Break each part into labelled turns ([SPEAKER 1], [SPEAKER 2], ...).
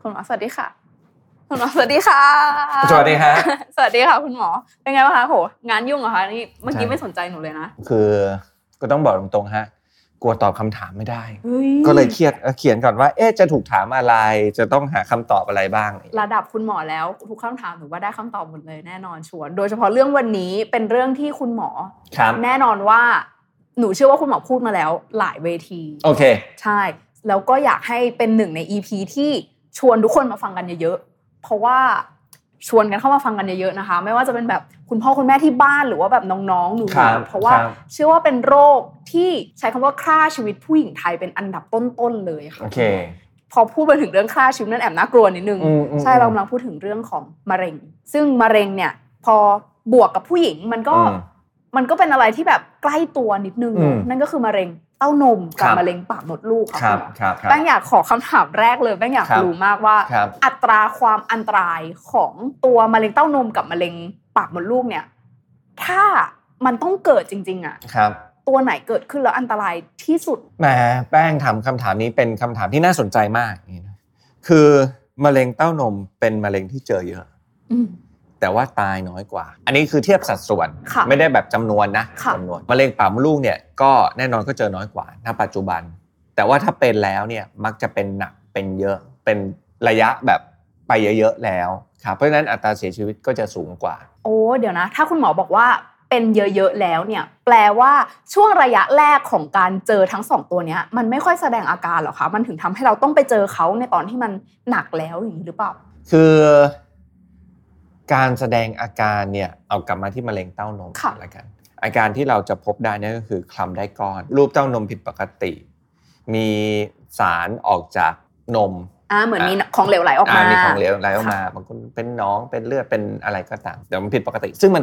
[SPEAKER 1] คุณหมอสวัสดีค่ะ คุณหมอสวัสดีค่ะ
[SPEAKER 2] สวัสดีฮะ
[SPEAKER 1] สวัสดีค่ะ คุณหมอเป็นไงบ้างคะโหงานยุ่งเหรอคะนี่เมื่อกี้
[SPEAKER 2] ใช่
[SPEAKER 1] ไม่สนใจหนูเลยนะ
[SPEAKER 2] คือก็ต้องบอกตรงๆฮะ กลัวตอบคำถามไม่ได้
[SPEAKER 1] เฮ้ย
[SPEAKER 2] ก็เลยเครียดเอ่อเขียนก่อนว่า เอ๊ะจะถูกถามอะไร จะต้องหาคำตอบอะไรบ้าง
[SPEAKER 1] ระดับคุณหมอแล้วทุกคำถามหนูว่าได้คำตอบหมดเลยแน่นอนชวน โดยเฉพาะเรื่องวันนี้เป็นเรื่องที่คุณหมอ
[SPEAKER 2] ครับ
[SPEAKER 1] แน่นอนว่าหนูเชื่อว่าคุณหมอพูดมาแล้วหลายเวที
[SPEAKER 2] โอเค
[SPEAKER 1] ใช่ แล้วก็อยากให้เป็นหนึ่งใน EP ที่ชวนทุกคนมาฟังกันเยอะๆ เพราะว่าชวนกันเข้ามาฟังกันเยอะๆนะคะ ไม่ว่าจะเป็นแบบคุณพ่อคุณแม่ที่บ้านหรือว่าแบบน้องๆหนูๆ
[SPEAKER 2] ครับ
[SPEAKER 1] เพราะว่า
[SPEAKER 2] ครับ
[SPEAKER 1] เชื่อว่าเป็นโรคที่ใช้คำว่าฆ่าชีวิตผู้หญิงไทยเป็นอันดับต้นๆเลยค่ะ
[SPEAKER 2] โอเค
[SPEAKER 1] พอพูดมาถึงเรื่องฆ่าชีวิตนั่นแอบน่ากลัวนิดนึง
[SPEAKER 2] อืมอืม
[SPEAKER 1] ใช่เรากำลังพูดถึงเรื่องของมะเร็ง ซึ่งมะเร็งเนี่ยพอบวกกับผู้หญิงมันก็
[SPEAKER 2] อืม
[SPEAKER 1] มันก็เป็นอะไรที่แบบใกล้ตัวนิดนึงเนอะ
[SPEAKER 2] อืม
[SPEAKER 1] นั่นก็คือมะเร็งเต้านม
[SPEAKER 2] ครั
[SPEAKER 1] กับบ มะเร็งปากมดลูก
[SPEAKER 2] ค
[SPEAKER 1] ค่ะคุ
[SPEAKER 2] รับ
[SPEAKER 1] ณหมอ
[SPEAKER 2] ครับครับ
[SPEAKER 1] แป้งอยากขอคำถามแรกเลยแป้งอยาก
[SPEAKER 2] ครับ
[SPEAKER 1] รู้มากว่า
[SPEAKER 2] ครับ
[SPEAKER 1] อัตราความอันตรายของตัวมะเร็งเต้านมกับมะเร็งปากมดลูกเนี่ย ถ้ามันต้องเกิดจริง ๆอะ
[SPEAKER 2] ครับ
[SPEAKER 1] ตัวไหนเกิดขึ้นแล้วอันตรายที่สุด
[SPEAKER 2] แหมแป้งถามคำถามนี้เป็นคำถามที่น่าสนใจมากนี่นะคือมะเร็งเต้านมเป็นมะเร็งที่เจอเยอะ
[SPEAKER 1] อืม
[SPEAKER 2] แต่ว่าตายน้อยกว่า อันนี้คือเทียบสัดส่วน
[SPEAKER 1] ค่ะ
[SPEAKER 2] ไม่ได้แบบจำนวนนะ
[SPEAKER 1] ค่ะ
[SPEAKER 2] จำนวนมะเร็งปากมดลูกเนี่ยก็แน่นอนก็เจอน้อยกว่าณปัจจุบัน แต่ว่าถ้าเป็นแล้วเนี่ยมักจะเป็นหนักเป็นเยอะ เป็นระยะแบบไปเยอะๆแล้วครับเพราะฉะนั้นอัตราเสียชีวิตก็จะสูงกว่า
[SPEAKER 1] โอ้เดี๋ยวนะ ถ้าคุณหมอบอกว่าเป็นเยอะๆแล้วเนี่ย แปลว่าช่วงระยะแรกของการเจอทั้งสองตัวเนี้ย มันไม่ค่อยแสดงอาการหรอคะมันถึงทำให้เราต้องไปเจอเขาในตอนที่มันหนักแล้วอย่างนี้หรือเปล่า
[SPEAKER 2] คือการแสดงอาการเนี่ยเอากลับมาที่มะเร็งเต้านม
[SPEAKER 1] ค่ะ
[SPEAKER 2] แล้วกัน อาการที่เราจะพบได้เนี่ยก็คือคลำได้ก้อน รูปเต้านมผิดปกติ มีสารออกจากนม
[SPEAKER 1] อ่าเหมือน
[SPEAKER 2] อ่ะ
[SPEAKER 1] มีของเหลวไหลออกมา
[SPEAKER 2] มีของเหลวไหลออกมาบางคนเป็นหน้องเป็นเลือดเป็นอะไรก็ตามแต่มันผิดปกติ ซึ่งมัน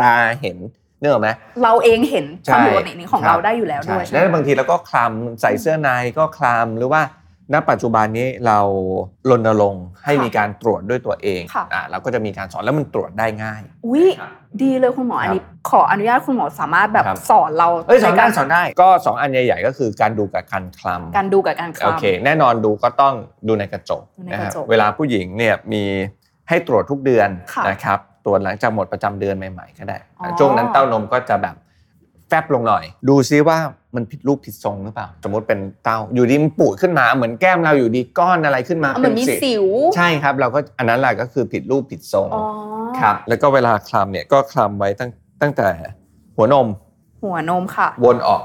[SPEAKER 2] ตาเห็นเนื้ออกไหม
[SPEAKER 1] เราเองเห็นค
[SPEAKER 2] ใช่
[SPEAKER 1] วามผิดปกตินี้ของ
[SPEAKER 2] ครับ
[SPEAKER 1] เราได้อยู่แล้วด้วยใช่ไหม
[SPEAKER 2] แล้วบางทีเราก็คลำใส่เสื้อในก็คลำหรือว่าณปัจจุบันนี้เรารณรงค์ให้มีการตรวจด้วยตัวเองอ่ะเราก็จะมีการสอนแล้วมันตรวจได้ง่าย
[SPEAKER 1] อุ้ยดีเลยคุณหมออันนี้ขออนุญาตคุณหมอสามารถแบบ
[SPEAKER 2] ครับ
[SPEAKER 1] สอนเรา
[SPEAKER 2] เอ้ยสอน
[SPEAKER 1] กา
[SPEAKER 2] ได้
[SPEAKER 1] ร
[SPEAKER 2] สอนได้ก็สองอันใหญ่ๆก็คือการดูกับการคลำ
[SPEAKER 1] การดูกับการคลำ
[SPEAKER 2] โอเค แน่นอนดูก็ต้องดูในกระจก
[SPEAKER 1] ดูใน
[SPEAKER 2] นะ
[SPEAKER 1] ก
[SPEAKER 2] ฮะ
[SPEAKER 1] ระจก
[SPEAKER 2] เวลาผู้หญิงเนี่ยมีให้ตรวจทุกเดือน
[SPEAKER 1] ค่ะ
[SPEAKER 2] นะครับตรวจหลังจากหมดประจำเดือนใหม่ๆก็ได้
[SPEAKER 1] อ๋อ
[SPEAKER 2] ช่วงนั้นเต้านมก็จะแบบแฟบลงหน่อย ดูซิว่ามันผิดรูปผิดทรงหรือเปล่า สมมติเป็นเต้าอยู่ดีมันปูดขึ้นมาเหมือนแก้มเราอยู่ดีก้อนอะไรขึ้นมา
[SPEAKER 1] เหมือนมีสิว
[SPEAKER 2] ใช่ครับ เราก็อันนั้นแหละก็คือผิดรูปผิดทรง
[SPEAKER 1] อ๋อ
[SPEAKER 2] ครับแล้วก็เวลาคลำเนี่ยก็คลำไว้ตั้งตั้งแต่หัวนม
[SPEAKER 1] หัวนมค่ะ
[SPEAKER 2] วนออก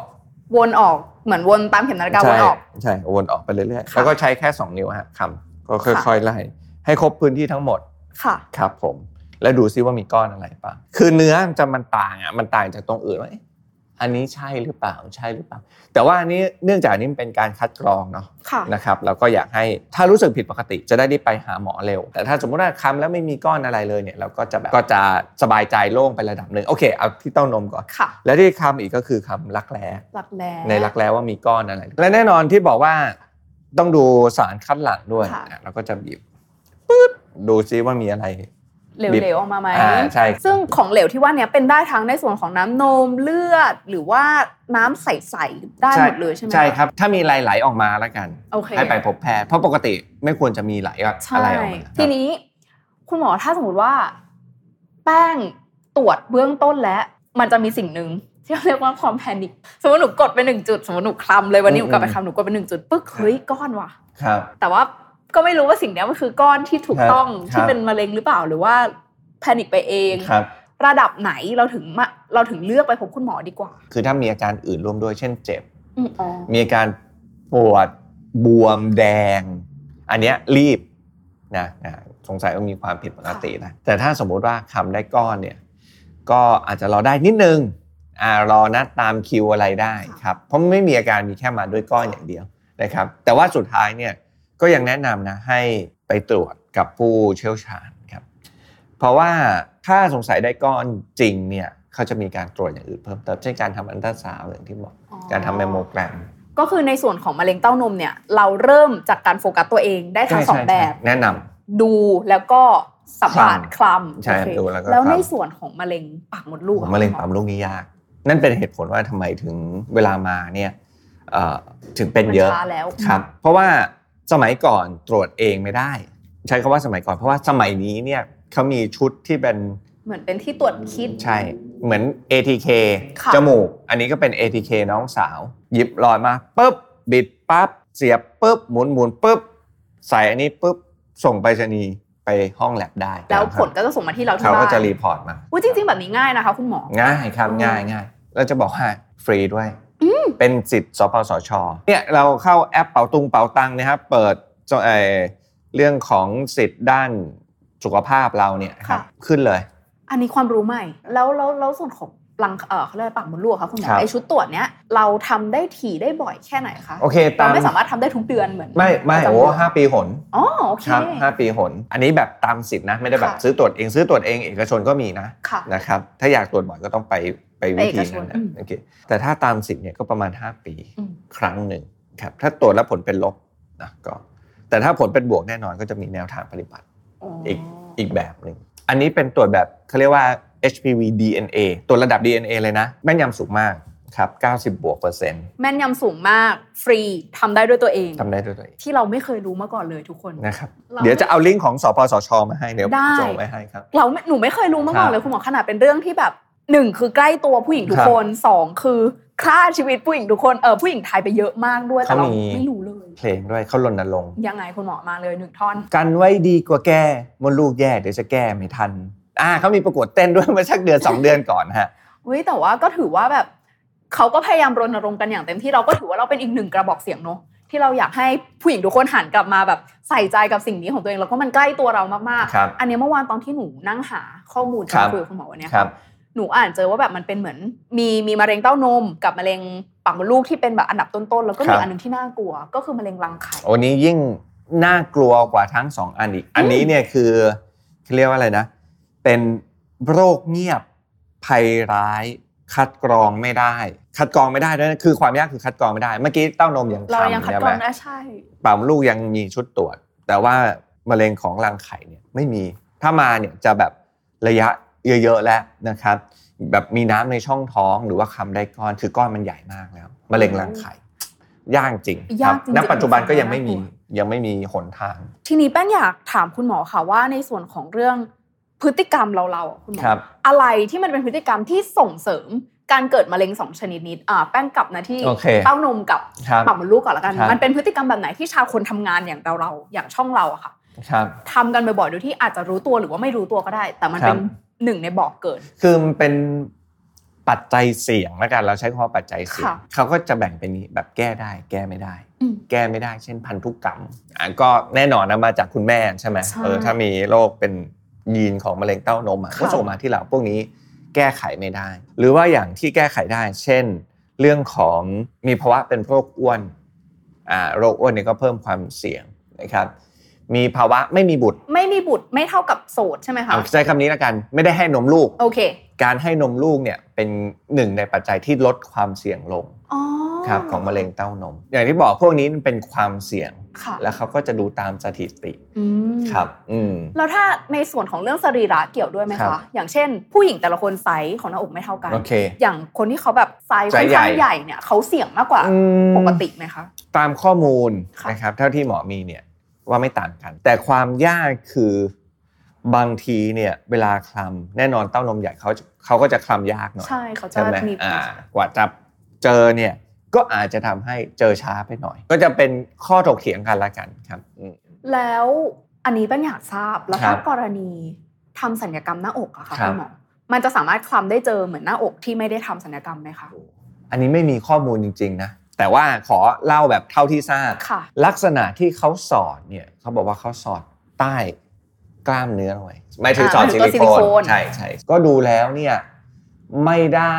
[SPEAKER 1] วนออกเหมือนวนตามเข็มนาฬิกาวนออก
[SPEAKER 2] ใช่ใช่วนออกไปเรื่อยๆ
[SPEAKER 1] ค่ะ
[SPEAKER 2] แล้วก็ใช้แค่ 2 นิ้วฮะคำก็
[SPEAKER 1] ค่ะ
[SPEAKER 2] ค่อยๆไล่ให้ครบพื้นที่ทั้งหมด
[SPEAKER 1] ค่ะ
[SPEAKER 2] ครับผม แล้วดูซิว่ามีก้อนอะไรปะคือเนื้อจะมันต่างอ่ะมันต่างจากตรงอื่นว่าเอ๊ะอันนี้ใช่หรือเปล่าใช่หรือเปล่า แต่ว่าอันนี้เนื่องจากอันนี้มันเป็นการคัดกรองเนาะ
[SPEAKER 1] ค่ะ
[SPEAKER 2] นะครับเราก็อยากให้ถ้ารู้สึกผิดปกติจะได้รีบไปหาหมอเร็ว แต่ถ้าสมมติว่าคำแล้วไม่มีก้อนอะไรเลยเนี่ยเราก็จะแบบก็จะสบายใจโล่งไประดับหนึ่งโอเคเอาที่เต้านมก่อน
[SPEAKER 1] ค่ะ
[SPEAKER 2] แล้วที่คำอีกก็คือคำรักแร้
[SPEAKER 1] หลักแร้
[SPEAKER 2] ในรักแร้ว่ามีก้อนอะไร และแน่นอนที่บอกว่าต้องดูสารคัดหลั่งด้วย
[SPEAKER 1] ค่ะ
[SPEAKER 2] อ่ะเราก็จะบีบปึ๊บดูซิว่ามีอะไร
[SPEAKER 1] เหลวๆออกมาไหม
[SPEAKER 2] อ่าใช่
[SPEAKER 1] ซึ่งของเหลวที่ว่าเนี้ยเป็นได้ทั้งในส่วนของน้ำนมเลือด หรือว่าน้ำใสๆได้หมดเลยใช่ไหม
[SPEAKER 2] ใช่ครับ ถ้ามีไหลไหลออกมาแล้วกัน
[SPEAKER 1] โอเค
[SPEAKER 2] ให้ไปพบแพทย์เพราะปกติไม่ควรจะมีไหลอะ
[SPEAKER 1] ใช่
[SPEAKER 2] อะไรออกมาครับ
[SPEAKER 1] ทีนี้ คุณหมอถ้าสมมติว่า แป้งตรวจเบื้องต้นแล้วมันจะมีสิ่งหนึ่ง ที่เรียกว่าความแพนิคสมมติหนูกดไปหนึ่งจุด สมมติหนูคลำเลยวันนี้หนูกลับไปคลำหนูกดไปหนึ่งจุดปึ๊กเฮ้ยก้อนว่ะ
[SPEAKER 2] ครับ
[SPEAKER 1] แต่ว่าก็ไม่รู้ว่าสิ่งเนี้ยมันคือก้อนที่ถูก
[SPEAKER 2] ครับ
[SPEAKER 1] ต้อง
[SPEAKER 2] ครับ
[SPEAKER 1] ที่เป็นมะเร็งหรือเปล่าหรือว่าแพนิคไปเอง
[SPEAKER 2] ครับ
[SPEAKER 1] ระดับไหนเราถึงมาเราถึงเลือกไปพบคุณหมอดีกว่า
[SPEAKER 2] คือถ้ามีอาการอื่นร่วมด้วย เช่นเจ็บ
[SPEAKER 1] อืมอ๋อ
[SPEAKER 2] มีอาการปวดบวมแดง อันเนี้ยรีบนะนะสงสัยว่ามีความผิดปกตินะแต่ถ้าสมมุติว่าคำได้ก้อนเนี่ยก็อาจจะรอได้นิดนึงอ่ารอนะตามคิวอะไรได้ครับเพราะไม่มีอาการมีแค่มาด้วยก้อนอย่างเดียวนะครับ แต่ว่าสุดท้ายเนี่ยก็ยังแนะนำนะให้ไปตรวจกับผู้เชี่ยวชาญครับเพราะว่าถ้าสงสัยได้ก้อนจริงเนี่ยเขาจะมีการตรวจอย่างอื่นเพิ่มเติมเช่นการทำอันตราซาวด์อย่างที่บอก
[SPEAKER 1] อ๋อ
[SPEAKER 2] การทำแมมโมแกรม
[SPEAKER 1] ก็คือในส่วนของมะเร็งเต้านมเนี่ย เราเริ่มจากการโฟกัสตัวเองได้ทั้ง
[SPEAKER 2] ใช่
[SPEAKER 1] สอง
[SPEAKER 2] ใช่
[SPEAKER 1] แบบ
[SPEAKER 2] ใช่แนะนำ
[SPEAKER 1] ดูแล้วก็สัมผัสคลำ
[SPEAKER 2] ใช่
[SPEAKER 1] โอเค
[SPEAKER 2] ดูแล้วก็
[SPEAKER 1] แล้ว
[SPEAKER 2] คลำ
[SPEAKER 1] ในส่วนของมะเร็งปากมดลูกอ
[SPEAKER 2] มะเร็งปากมดลูกนี่ยาก นั่นเป็นเหตุผลว่าทำไมถึงเวลามาเนี่ยเอ่อถึงเป็น
[SPEAKER 1] มัน
[SPEAKER 2] เยอะ
[SPEAKER 1] ช้าแล้ว
[SPEAKER 2] ครับ เพราะว่าสมัยก่อนตรวจเองไม่ได้ ใช้คำว่าสมัยก่อนเพราะว่าสมัยนี้เนี่ยเขามีชุดที่เป็น
[SPEAKER 1] เหมือนเป็นที่ตรวจคิด
[SPEAKER 2] ใช่เหมือน ATK
[SPEAKER 1] ค่ะ
[SPEAKER 2] จมูก อันนี้ก็เป็น ATK น้องสาว หยิบรอยมาปุ๊บบิดปั๊บเสียบปุ๊บหมุนหมุนปุ๊บใส่อันนี้ปุ๊บส่งไปรษณีย์ไปห้องแลบได้
[SPEAKER 1] แล้วผลก็จะส่งมาที่เราที่
[SPEAKER 2] เขา
[SPEAKER 1] บ้า
[SPEAKER 2] ก็
[SPEAKER 1] น
[SPEAKER 2] จะรีพอร์ตมา
[SPEAKER 1] อุ้ยจริง ๆ แบบนี้ง่ายนะคะ คุณหมอ
[SPEAKER 2] ง่ายครับ
[SPEAKER 1] อืม
[SPEAKER 2] ง่ายง่ายเราจะบอกว่าฟรีด้วย เป็นสิทธิ์สปสชเนี่ยเราเข้าแอปเป๋าตุงเป๋าตังนะครับเปิดจเอ่อเรื่องของสิทธิ์ด้านสุขภาพเราเนี่ยครับ
[SPEAKER 1] ค่ะ
[SPEAKER 2] ขึ้นเลย
[SPEAKER 1] อันนี้ความรู้ใหม่ แล้วแล้วแล้วส่วนของรังเออเขาเรียกอะไรปากมดลูกคะคุณหมอ
[SPEAKER 2] ครับ
[SPEAKER 1] ไอชุดตรวจเนี้ยเราทำได้ถี่ได้บ่อยแค่ไหนคะ
[SPEAKER 2] โอเค
[SPEAKER 1] เรา
[SPEAKER 2] ตาม
[SPEAKER 1] ไม่สามารถทำได้ทุกเดือนเหมือน
[SPEAKER 2] ไม่ไม่
[SPEAKER 1] ประจำ
[SPEAKER 2] โอ้
[SPEAKER 1] เดืน
[SPEAKER 2] ห้าปีหน
[SPEAKER 1] อ๋อโอเค
[SPEAKER 2] ครับห้าปีหน อันนี้แบบตามสิทธินะไม่ได้แบบ
[SPEAKER 1] ค่ะ
[SPEAKER 2] ซื้อตรวจเองซื้อตรวจเองเอกชนก็มีนะ
[SPEAKER 1] ค่ะ
[SPEAKER 2] นะครับถ้าอยากตรวจบ่อยก็ต้องไปไปวิธีนั้
[SPEAKER 1] ไปเอ
[SPEAKER 2] น
[SPEAKER 1] กชนอื
[SPEAKER 2] นะ
[SPEAKER 1] ม
[SPEAKER 2] โอเคแต่ถ้าตามสิทธิ์เนี่ยก็ประมาณ 5 ปี
[SPEAKER 1] อืม
[SPEAKER 2] ครั้งหนึ่งครับถ้าตรวจแล้วผลเป็นลบนะก็แต่ถ้าผลเป็นบวกแน่นอนก็จะมีแนวทางปฏิบัติ อีก อีกแบบหนึ่ง อันนี้เป็นตรวจแบบเขาเรียกว่า HPV DNA ตรวจระดับ DNA เลยนะ แม่นยำสูงมากครับ 90 บวกเปอร์เซ็นต์
[SPEAKER 1] แม่นยำสูงมากฟรีทำได้ด้วยตัวเอง
[SPEAKER 2] ทำได้ด้วยตัวเอง
[SPEAKER 1] ที่เราไม่เคยรู้มาก่อนเลยทุกคน
[SPEAKER 2] นะครับ
[SPEAKER 1] เรา
[SPEAKER 2] เดี๋ยวจะเอาลิงก์ของสปสชมาให้เดี๋ยว
[SPEAKER 1] ได้
[SPEAKER 2] ส่งไปให้ครับ
[SPEAKER 1] เราไม่หนูไม่เคยรู้มาก่อนเลยคุณหมอขนาดเป็นเรื่องที่แบบหนึ่งคือใกล้ตัวผู้หญิงทุกคนสองคือค่าชีวิตผู้หญิงทุกคนเออผู้หญิงไทยไปเยอะมากด้วยแต่เรา
[SPEAKER 2] เขามี
[SPEAKER 1] ไม่รู้เลย
[SPEAKER 2] เพลงด้วยเขารณรงค์
[SPEAKER 1] ยังไงคุณหมอมาเลยหนึ่งท่อน
[SPEAKER 2] กันไว้ดีกว่าแก้มดลูกแย่เดี๋ยวจะแก้ไม่ทันอ่าเขามีประกวดเต้นด้วย เมาสักเดือน 2 เดือนก่อนฮะ
[SPEAKER 1] เฮ้ยแต่ว่าก็ถือว่าแบบเขาก็พยายามรณรงค์กันอย่างเต็มที่เราก็ถือว่าเราเป็นอีกหนึ่งกระบอกเสียงเนอะที่เราอยากให้ผู้หญิงทุกคนหันกลับมาแบบใส่ใจกับสิ่งนี้ของตัวเองแล้วก็มันใกล้ตัวเรามาก
[SPEAKER 2] ครับ
[SPEAKER 1] ๆ อันเนี้ยเมื่อวานตอนที่หนูนั่งหาข้อมูล
[SPEAKER 2] ครั
[SPEAKER 1] จะ
[SPEAKER 2] บ
[SPEAKER 1] คุยกับคุณหมอวันเนี้ย
[SPEAKER 2] ครับ
[SPEAKER 1] หนูอ่านเจอว่าแบบมันเป็นเหมือน มีมีมะเร็งเต้านม กับมะเร็งปากมดลูกที่เป็นแบบอันดับต้นๆแล้วก็มีอันหนึงที่น่ากลัว ก็คือมะเร็งรังไข่
[SPEAKER 2] วันนี้ยิ่งน่ากลัวกว่าทั้งสองอันอีก อันนี้เนี่ยคือเขาเรียกว่าอะไรนะ เป็นโรคเงียบภัยร้าย คัดกรองไม่ได้ คัดกรองไม่ได้ด้วยนะคือความยากคือคัดกรองไม่ได้ เมื่อกี้เต้านมยัง
[SPEAKER 1] เรายัง
[SPEAKER 2] ทำ
[SPEAKER 1] คัด
[SPEAKER 2] ใช่
[SPEAKER 1] กร
[SPEAKER 2] ไหม
[SPEAKER 1] องได้ใช่
[SPEAKER 2] ปากมดลูกยังมีชุดตรวจ แต่ว่ามะเร็งของรังไข่เนี่ยไม่มี ถ้ามาเนี่ยจะแบบระยะเยอะๆแล้วนะครับ แบบมีน้ำในช่องท้องหรือว่าคำได้ก้อนคือก้อนมันใหญ่มากแล้วมะเร็งรังไข่ยากจริงค
[SPEAKER 1] ยา
[SPEAKER 2] รั
[SPEAKER 1] ก
[SPEAKER 2] บ
[SPEAKER 1] จริงๆ
[SPEAKER 2] ณปัจจุบันก็ยังไม่มี
[SPEAKER 1] น่ากลั
[SPEAKER 2] ยังไม่มีหนทาง
[SPEAKER 1] ทีนี้แป้งอยากถามคุณหมอค่ะว่าในส่วนของเรื่องพฤติกรรมเราเราๆอะคุณหมอ
[SPEAKER 2] ครับ
[SPEAKER 1] อะไรที่มันเป็นพฤติกรรมที่ส่งเสริมการเกิดมะเร็งสองชนิดนี้อ่าแป้งกลับนะที่
[SPEAKER 2] โอเค
[SPEAKER 1] เต้านมกับ
[SPEAKER 2] ครับ
[SPEAKER 1] ปากมดลูกก่อนละกัน
[SPEAKER 2] ครับ
[SPEAKER 1] มันเป็นพฤติกรรมแบบไหนที่ชาวคนทำงานอย่างเราเราๆอย่างช่องเราอะค่ะ
[SPEAKER 2] ครับ
[SPEAKER 1] ทำกันบ่อยๆโดยที่อาจจะรู้ตัวหรือว่าไม่รู้ตัวก็ได้ แต่มัน
[SPEAKER 2] ครับ
[SPEAKER 1] เป็นหนึ่งในบอกเกิด
[SPEAKER 2] คือมันเป็นปัจจัยเสี่ยงละกันเราใช้คำว่าปัจจัยเสี่ยง
[SPEAKER 1] ค่ะ
[SPEAKER 2] เขาก็จะแบ่งเป็นนี้แบบแก้ได้ แก้ไม่ได้
[SPEAKER 1] อืม
[SPEAKER 2] แก้ไม่ได้ เช่นพันธุกรรมอ่ะก็แน่นอนนะมาจากคุณแม่ใช่ไหม
[SPEAKER 1] ใช่
[SPEAKER 2] เออถ้ามีโรคเป็นยีนของมะเร็งเต้านมอ่ะ
[SPEAKER 1] ค่ะ
[SPEAKER 2] ก็ส่งมาที่เราพวกนี้แก้ไขไม่ได้ หรือว่าอย่างที่แก้ไขได้ เช่น เรื่องของมีภาวะเป็นโรคอ้วนอ่าโรคอ้วนเนี่ยก็เพิ่มความเสี่ยงนะครับ มีภาวะไม่มีบุตร
[SPEAKER 1] ไม่มีบุตรไม่เท่ากับโสดใช่ไหมคะ
[SPEAKER 2] เอาใช้คำนี้ละกัน ไม่ได้ให้นมลูก
[SPEAKER 1] โอเค
[SPEAKER 2] การให้นมลูกเนี่ยเป็นหนึ่งในปัจจัยที่ลดความเสี่ยงลง
[SPEAKER 1] อ๋อ
[SPEAKER 2] ครับของมะเร็งเต้านม อย่างที่บอกพวกนี้มันเป็นความเสี่ยง
[SPEAKER 1] ค่ะ
[SPEAKER 2] แล้วเขาก็จะดูตามสถิติ
[SPEAKER 1] อืม
[SPEAKER 2] ครับ อืม
[SPEAKER 1] แล้วถ้าในส่วนของเรื่องสรีระเกี่ยวด้วยไหม
[SPEAKER 2] ครั
[SPEAKER 1] คะ
[SPEAKER 2] บ
[SPEAKER 1] อย่างเช่น ผู้หญิงแต่ละคนไซส์ของหน้าอกไม่เท่ากัน
[SPEAKER 2] โอเค
[SPEAKER 1] อย่างคนที่เขาแบบไซส์
[SPEAKER 2] ไซ
[SPEAKER 1] ค่อ
[SPEAKER 2] ส์
[SPEAKER 1] น
[SPEAKER 2] ใหญ่
[SPEAKER 1] ข้างใหญ่เนี่ยเขาเสี่ยงมากกว่า
[SPEAKER 2] อืม
[SPEAKER 1] ปกติไหมคะ
[SPEAKER 2] ตามข้อมูล
[SPEAKER 1] ค่ะ
[SPEAKER 2] นะครับเท่าที่หมอมีเนี่ยว่าไม่ต่างกัน แต่ความยากคือบางทีเนี่ยเวลาคลำแน่นอนเต้านมใหญ่เขาจะเขาก็จะคลำยากหน่อย
[SPEAKER 1] ใช่เขาจะ
[SPEAKER 2] ใช่ไหม
[SPEAKER 1] มี
[SPEAKER 2] อ่ากว่าจะเจอเนี่ยก็อาจจะทำให้เจอช้าไปหน่อย ก็จะเป็นข้อถกเถียงกันละกันครับอืม
[SPEAKER 1] แล้วอันนี้เป็นอยากทราบแล้ว
[SPEAKER 2] ครั
[SPEAKER 1] ถ้า
[SPEAKER 2] บ
[SPEAKER 1] กรณีทำสัญญกรรมหน้าอกอะค่ะ
[SPEAKER 2] ค
[SPEAKER 1] คุ
[SPEAKER 2] รับ
[SPEAKER 1] ณหมอมันจะสามารถคลำได้เจอเหมือนหน้าอกที่ไม่ได้ทำสัญญกรรมไหมคะ
[SPEAKER 2] อันนี้ไม่มีข้อมูลจริงๆนะแต่ว่าขอเล่าแบบเท่าที่ทราบ
[SPEAKER 1] ค่ะ
[SPEAKER 2] ลักษณะที่เขาสอดเนี่ยเขาบอกว่าเขาสอดใต้กล้ามเนื้อหน่อยหมายถึง
[SPEAKER 1] อ่า
[SPEAKER 2] สอด
[SPEAKER 1] หมายถึ
[SPEAKER 2] ซิ
[SPEAKER 1] งตัว
[SPEAKER 2] ลิ
[SPEAKER 1] ซิ
[SPEAKER 2] โค
[SPEAKER 1] ลิโคน น
[SPEAKER 2] ใช่ใช่ก็ดูแล้วเนี่ยไม่ได้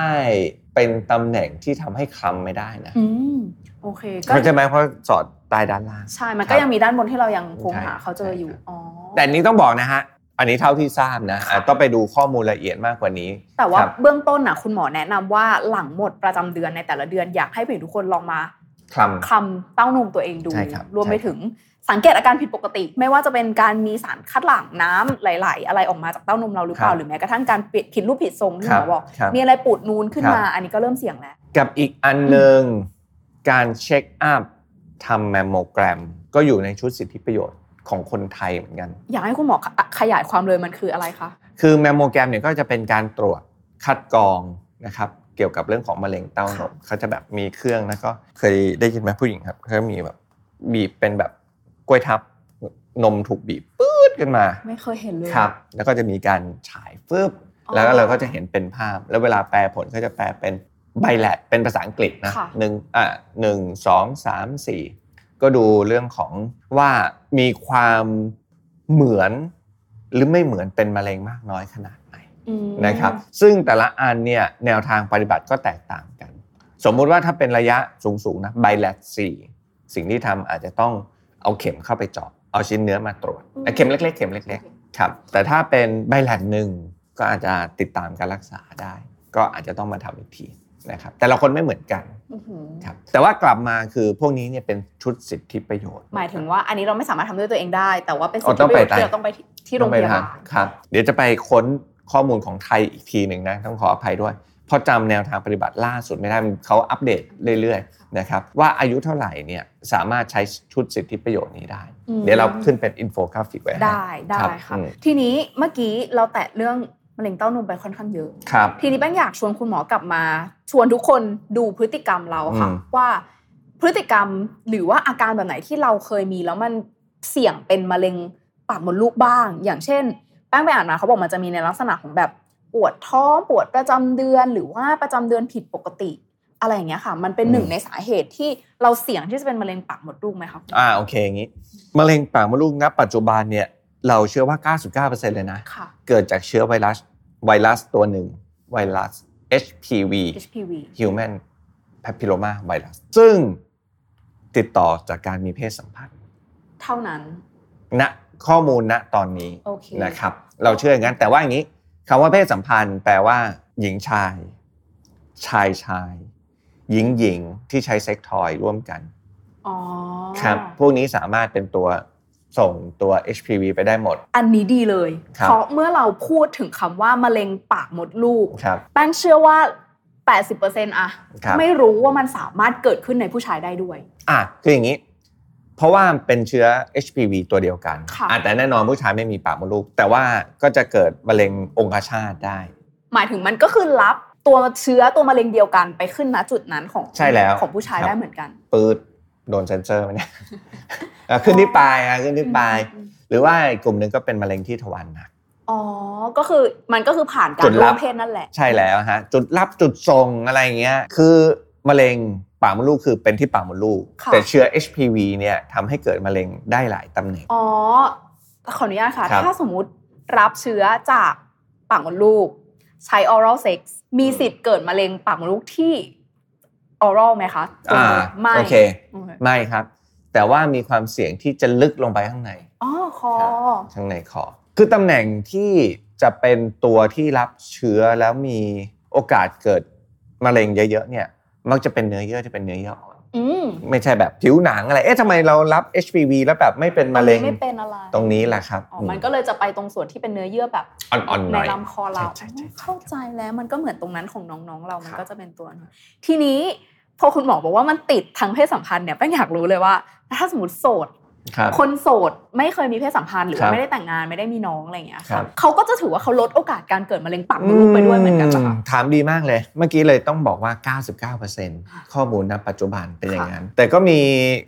[SPEAKER 2] เป็นตำแหน่งที่ทำให้คลำไม่ได้นะ
[SPEAKER 1] อืมโอเคก็
[SPEAKER 2] เข้าใจไหมเพราะสอดใต้ด้านล่าง
[SPEAKER 1] ใช่มันก็ยังมีด้านบนที่เรายังคงหาเขาเจออยู่
[SPEAKER 2] ใช่ครับ
[SPEAKER 1] อ๋อ
[SPEAKER 2] แต่อันนี้ต้องบอกนะฮะ อันนี้เท่าที่ทราบนะอ่ะ
[SPEAKER 1] ค่ะ
[SPEAKER 2] ต้องไปดูข้อมูลละเอียดมากกว่านี้
[SPEAKER 1] แต่ว่า
[SPEAKER 2] ครับ
[SPEAKER 1] เบื้องต้นน่ะคุณหมอแนะนำว่าหลังหมดประจำเดือนในแต่ละเดือนอยากให้ผู้หญิงทุกคนลองมา
[SPEAKER 2] คล
[SPEAKER 1] คลำเต้านมตัวเองดู
[SPEAKER 2] ใช่ครับ
[SPEAKER 1] วมไปถึงสังเกตอาการผิดปกติ ไม่ว่าจะเป็นการมีสารคัดหลั่งน้ำไหลๆ อะไรออกมาจากเต้านมเราหรือเปล่า
[SPEAKER 2] ครับ
[SPEAKER 1] หรือแม้กระทั่งการเปลี่ยนผิดรูปผิดทรงที่หมอบอก
[SPEAKER 2] ครับ
[SPEAKER 1] มีอะไรปูดนูนขึ้นมา
[SPEAKER 2] ครับ
[SPEAKER 1] อันนี้ก็เริ่มเสี่ยงแล้ว
[SPEAKER 2] กับอีกอันหนึ่งการเช็คอัพทำแมมโมแกรม ก็อยู่ในชุดสิทธิประโยชน์ ของคนไทยเหมือนกัน
[SPEAKER 1] อยากให้คุณหมอขขยายความเลยมันคืออะไรคะ
[SPEAKER 2] คือแมมโมแกรมเนี่ยก็จะเป็นการตรวจคัดกรองนะครับ เกี่ยวกับเรื่องของมะเร็งเต้านมเขาจะแบบมีเครื่องแล้วก็เคยได้ยินไหมผู้หญิงครับเขามีแบบบีบเป็นแบบกล้วยทับนมถูกบีบปื๊ดขึ้นมา
[SPEAKER 1] ไม่เคยเห็นเลย
[SPEAKER 2] ครับ แล้วก็จะมีการฉายฟึบ
[SPEAKER 1] อ๋อ
[SPEAKER 2] แล้วก็เราก็จะเห็นเป็นภาพ แล้วเวลาแปลผลก็จะแปลเป็นใบแลดเป็นภาษาอังกฤษนะ
[SPEAKER 1] ค่ะ
[SPEAKER 2] หนึ่งอ่ะหนึ่งสองสามสี่ก็ดูเรื่องของว่ามีความเหมือนหรือไม่เหมือนเป็นมะเร็งมากน้อยขนาดไหน
[SPEAKER 1] อืม
[SPEAKER 2] นะครับซึ่งแต่ละอันเนี่ยแนวทางปฏิบัติก็แตกต่างกัน สมมุติว่าถ้าเป็นระยะสูงๆนะไบแลดสี่สิ่งที่ทำอาจจะต้องเอาเข็มเข้าไปเจาะเอาชิ้นเนื้อมาตรวจ
[SPEAKER 1] อืม
[SPEAKER 2] เข็มเล็กๆเข็มเล็กๆครับแต่ถ้าเป็นไบแลดหนึ่งก็อาจจะติดตามการรักษาได้ ก็อาจจะต้องมาทำอีกทีนะครับแต่ละคนไม่เหมือนกัน
[SPEAKER 1] อื้อหือ
[SPEAKER 2] ครับแต่ว่ากลับมาคือพวกนี้เนี่ยเป็นชุดสิทธิประโยชน์
[SPEAKER 1] หมายถึงว่าอันนี้เราไม่สามารถทำด้วยตัวเองได้ แต่ว่าเป็น
[SPEAKER 2] อ๋
[SPEAKER 1] สิ่
[SPEAKER 2] อง ต้
[SPEAKER 1] ที่
[SPEAKER 2] องไป
[SPEAKER 1] ประโยชน์ที่
[SPEAKER 2] ได้
[SPEAKER 1] เราต้องไปที่ที่โรงพยาบาล
[SPEAKER 2] ต้องไปทำครับ เดี๋ยวจะไปค้นข้อมูลของไทยอีกทีหนึ่งนะ ต้องขออภัยด้วย เพราะจำแนวทางปฏิบัติล่าสุดไม่ได้มันเขาอัปเดตเรื่อยๆนะครับว่าอายุเท่าไหร่เนี่ยสามารถใช้ชุดสิทธิประโยชน์นี้ได้
[SPEAKER 1] อืม
[SPEAKER 2] เดี๋ยวเราขึ้นเป็นอินโฟกราฟิกไว้ให้
[SPEAKER 1] ได้ได้
[SPEAKER 2] ครับ
[SPEAKER 1] ค่ะ
[SPEAKER 2] อืม
[SPEAKER 1] ทีนี้เมื่อกี้เราแตะเรื่องมะเร็งเต้านมไปค่อนข้างเยอะ
[SPEAKER 2] ครับ
[SPEAKER 1] ทีนี้แป้งอยากชวนคุณหมอกลับมา ชวนทุกคนดูพฤติกรรมเราค่ะ
[SPEAKER 2] อืม
[SPEAKER 1] ว่าพฤติกรรมหรือว่าอาการแบบไหนที่เราเคยมีแล้วมันเสี่ยงเป็นมะเร็งปากมดลูกบ้าง อย่างเช่น แป้งไปอ่านมาเขาบอกมันจะมีในลักษณะของแบบปวดท้องปวดประจำเดือน หรือว่าประจำเดือนผิดปกติ อะไรอย่างเงี้ยค่ะ มันเป็นหนึ่งในสาเหตุที่เราเสี่ยงที่จะเป็นมะเร็งปากมดลูกไหมคะ
[SPEAKER 2] อ่าโอเคอย่างนี้มะเร็งปากมดลูกณปัจจุบันเนี่ยเราเชื่อว่า 99%เลยนะ
[SPEAKER 1] ค่ะ
[SPEAKER 2] เกิดจากเชื้อไวรัสไวรัสตัวหนึ่งไวรัส HPV
[SPEAKER 1] HPV
[SPEAKER 2] Human Papilloma Virus ซึ่งติดต่อจากการมีเพศสัมพันธ์
[SPEAKER 1] เท่านั้น
[SPEAKER 2] ณข้อมูลณตอนนี้
[SPEAKER 1] โอเค
[SPEAKER 2] นะครับ เราเชื่ออย่างนั้นแต่ว่าอย่างนี้คำว่าเพศสัมพันธ์แปลว่า หญิงชาย ชายชาย หญิงหญิงที่ใช้เซ็กทอยร่วมกัน
[SPEAKER 1] อ๋อ
[SPEAKER 2] ครับพวกนี้สามารถเป็นตัวส่งตัว HPV ไปได้หมด
[SPEAKER 1] อันนี้ดีเลย
[SPEAKER 2] ครับ
[SPEAKER 1] เพราะเมื่อเราพูดถึงคำว่ามะเร็งปากมดลูก
[SPEAKER 2] ครับ
[SPEAKER 1] แป้งเชื่อว่า 80%อะ
[SPEAKER 2] ครับ
[SPEAKER 1] ไม่รู้ว่ามันสามารถเกิดขึ้นในผู้ชายได้ด้วย
[SPEAKER 2] อ่ะคืออย่างนี้ เพราะว่าเป็นเชื้อ HPV ตัวเดียวกัน
[SPEAKER 1] ค่ะ
[SPEAKER 2] อ่ะแต่แน่นอนผู้ชายไม่มีปากมดลูก แต่ว่าก็จะเกิดมะเร็งองคชาตได้
[SPEAKER 1] หมายถึงมันก็คือรับตัวเชื้อตัวมะเร็งเดียวกันไปขึ้นณจุดนั้นของ
[SPEAKER 2] ใช่แล้ว
[SPEAKER 1] ของผู้ชาย
[SPEAKER 2] ครับ
[SPEAKER 1] ได้เหมือนกัน
[SPEAKER 2] ปืดโดนเซนเซอร์ไหม เนี่ย อ่ะขึ้นที่ปลายอ่ะขึ้นที่ปลาย
[SPEAKER 1] อืม
[SPEAKER 2] หรือว่าอีกกลุ่มหนึ่งก็เป็นมะเร็งที่ทวารหนัก
[SPEAKER 1] อ๋อ ก็คือมันก็คือผ่านการ
[SPEAKER 2] จุด
[SPEAKER 1] ร่
[SPEAKER 2] รั
[SPEAKER 1] ว
[SPEAKER 2] บ
[SPEAKER 1] มเพศนั่นแหละ
[SPEAKER 2] ใช่แล้วฮะจุดรับจุดส่งอะไรอย่างเงี้ยคือมะเร็งปากมดลูกคือเป็นที่ปากมดลูก แต่เชื้อ HPV เนี่ยทำให้เกิดมะเร็งได้หลายตำแหน่ง
[SPEAKER 1] อ๋อขออนุญาตค่ะ
[SPEAKER 2] ครับ
[SPEAKER 1] ถ้าสมมุติรับเชื้อจากปากมดลูก ใช้ oral sex มีสิทธิ์เกิดมะเร็งปากมดลูกที่ oral ไหมคะ
[SPEAKER 2] อ่า
[SPEAKER 1] ไม่
[SPEAKER 2] โอเคไม่ครับ แต่ว่ามีความเสี่ยงที่จะลึกลงไปข้างใน
[SPEAKER 1] อ๋อคอ
[SPEAKER 2] ครับ ข้างในคอคือตำแหน่งที่จะเป็นตัวที่รับเชื้อแล้วมีโอกาสเกิดมะเร็งเยอะๆเนี่ยมักจะเป็นเนื้อเยื่อที่เป็นเนื้อเยื่ออ่อน
[SPEAKER 1] อืม
[SPEAKER 2] ไม่ใช่แบบผิวหนังอะไร เอ๊ะทำไมเรารับ HPV แล้วแบบไม่เป็นมะเร็ง
[SPEAKER 1] ไม่เป็นอะไร
[SPEAKER 2] ตรงนี้แหละครับ
[SPEAKER 1] อ๋อมันก็เลยจะไปตรงส่วนที่เป็นเนื้อเยื่อแบบ
[SPEAKER 2] อืมอ่อนๆห
[SPEAKER 1] ใน
[SPEAKER 2] น่อย
[SPEAKER 1] ลำคอเรา
[SPEAKER 2] ใช่
[SPEAKER 1] อ๋อ
[SPEAKER 2] ใช่ใช่
[SPEAKER 1] เข้าใจแล้วมันก็เหมือนตรงนั้นของน้องๆเรา มัน
[SPEAKER 2] ครับ
[SPEAKER 1] ก็จะเป็นตัวนั้นทีนี้พอคุณหมอบอกว่ามันติดทางเพศสัมพันธ์เนี่ยแป้งอยากรู้เลยว่า ถ้าสมมติโสด
[SPEAKER 2] ครับ
[SPEAKER 1] คนโสดไม่เคยมีเพศสัมพันธ์หรือ
[SPEAKER 2] ครั
[SPEAKER 1] ว่า
[SPEAKER 2] บ
[SPEAKER 1] ไม่ได้แต่งงานไม่ได้มีน้องอะไรอย่างเงี้ย
[SPEAKER 2] ครั
[SPEAKER 1] ค่ะ
[SPEAKER 2] บ
[SPEAKER 1] เขาก็จะถือว่าเขาลดโอกาสการเกิดมะเร็งปากมดลูกไปด้วยเหมือนกันปะคะ
[SPEAKER 2] มถามดีมากเลย เมื่อกี้เลยต้องบอกว่า 99%ข้อมูลณปัจจุบันเป็นอย่างนั้น แต่ก็มี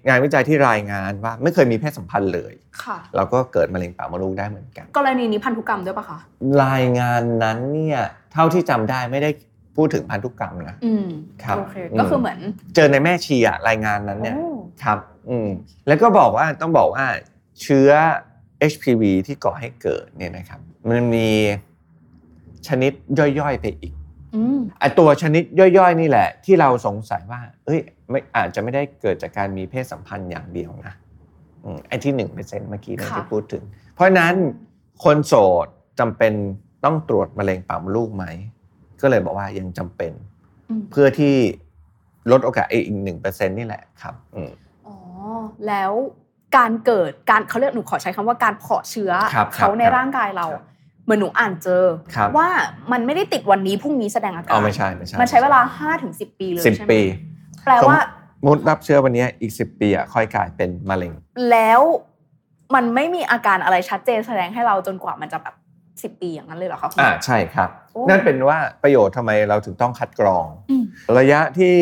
[SPEAKER 2] งานวิจัยที่รายงานว่าไม่เคยมีเพศสัมพันธ์เลย
[SPEAKER 1] ค่ะ
[SPEAKER 2] เราก็เกิดมะเร็งปากมดลูกได้เหมือนกัน
[SPEAKER 1] กรณีนี้พันธุกรรมด้วยปะคะ
[SPEAKER 2] รายงานนั้นเนี่ยเท่าที่จำได้ไม่ได้พูดถึงพันธุกรรมนะ
[SPEAKER 1] อืม
[SPEAKER 2] ครับ
[SPEAKER 1] โอเค
[SPEAKER 2] อืม
[SPEAKER 1] ก็คือเหมือน
[SPEAKER 2] เจอในแม่ชีอะรายงานนั้นเนี่ย
[SPEAKER 1] โอ้
[SPEAKER 2] ครับ อืม แล้วก็บอกว่าต้องบอกว่าเชื้อ HPV ที่ก่อให้เกิดเนี่ยนะครับ มันมีชนิดย่อยๆไปอีก
[SPEAKER 1] อืม
[SPEAKER 2] ไอตัวชนิดย่อยๆ นี่แหละ ที่เราสงสัยว่า เอ้ยไม่อาจจะไม่ได้เกิดจากการมีเพศสัมพันธ์อย่างเดียวนะอืมไอ้ที่หนึ่งเปอร์เซ็นต์เมื่อกี้เนี่ย
[SPEAKER 1] ค่ะ
[SPEAKER 2] ที่พูดถึง เพราะฉะนั้นคนโสดจำเป็นต้องตรวจมะเร็งปากมดลูกไหม ก็เลยบอกว่ายังจำเป็น
[SPEAKER 1] อืม
[SPEAKER 2] เพื่อที่ลดโอกาสไอ้อีกหนึ่งเปอร์เซ็นต์นี่แหละครับอืม
[SPEAKER 1] อ๋อแล้วการเกิดการเขาเรียกหนูขอใช้คำว่าการเพาะเชื้อ
[SPEAKER 2] ครับ
[SPEAKER 1] เขาใน
[SPEAKER 2] ครับ
[SPEAKER 1] ร่างกายเรา
[SPEAKER 2] ครับ
[SPEAKER 1] เหมือนหนูอ่านเจอ
[SPEAKER 2] ครับ
[SPEAKER 1] ว่ามันไม่ได้ติดวันนี้พรุ่งนี้แสดงอาการ
[SPEAKER 2] เอาไม่ใช่ไม่ใช่
[SPEAKER 1] มันใช้เวลา5้าถึงสิปีเลย
[SPEAKER 2] สิบ
[SPEAKER 1] ใช่ไหม
[SPEAKER 2] ปี
[SPEAKER 1] แปลว่า
[SPEAKER 2] สมมุติรับเชื้อวันนี้อีกสิบปีอ่ะค่อยกลายเป็นมะเร็ง
[SPEAKER 1] แล้ว มันไม่มีอาการอะไรชัดเจนแสดงให้เราจนกว่ามันจะแบบสิบ10 ปีอย่างนั้นเลยเหรอคะคุณหม
[SPEAKER 2] อ่า
[SPEAKER 1] อ
[SPEAKER 2] ใช่ครับ
[SPEAKER 1] โอ้
[SPEAKER 2] นั่นเป็นว่าประโยชน์ทำไมเราถึงต้องคัดกรอง
[SPEAKER 1] อืม
[SPEAKER 2] ระยะที่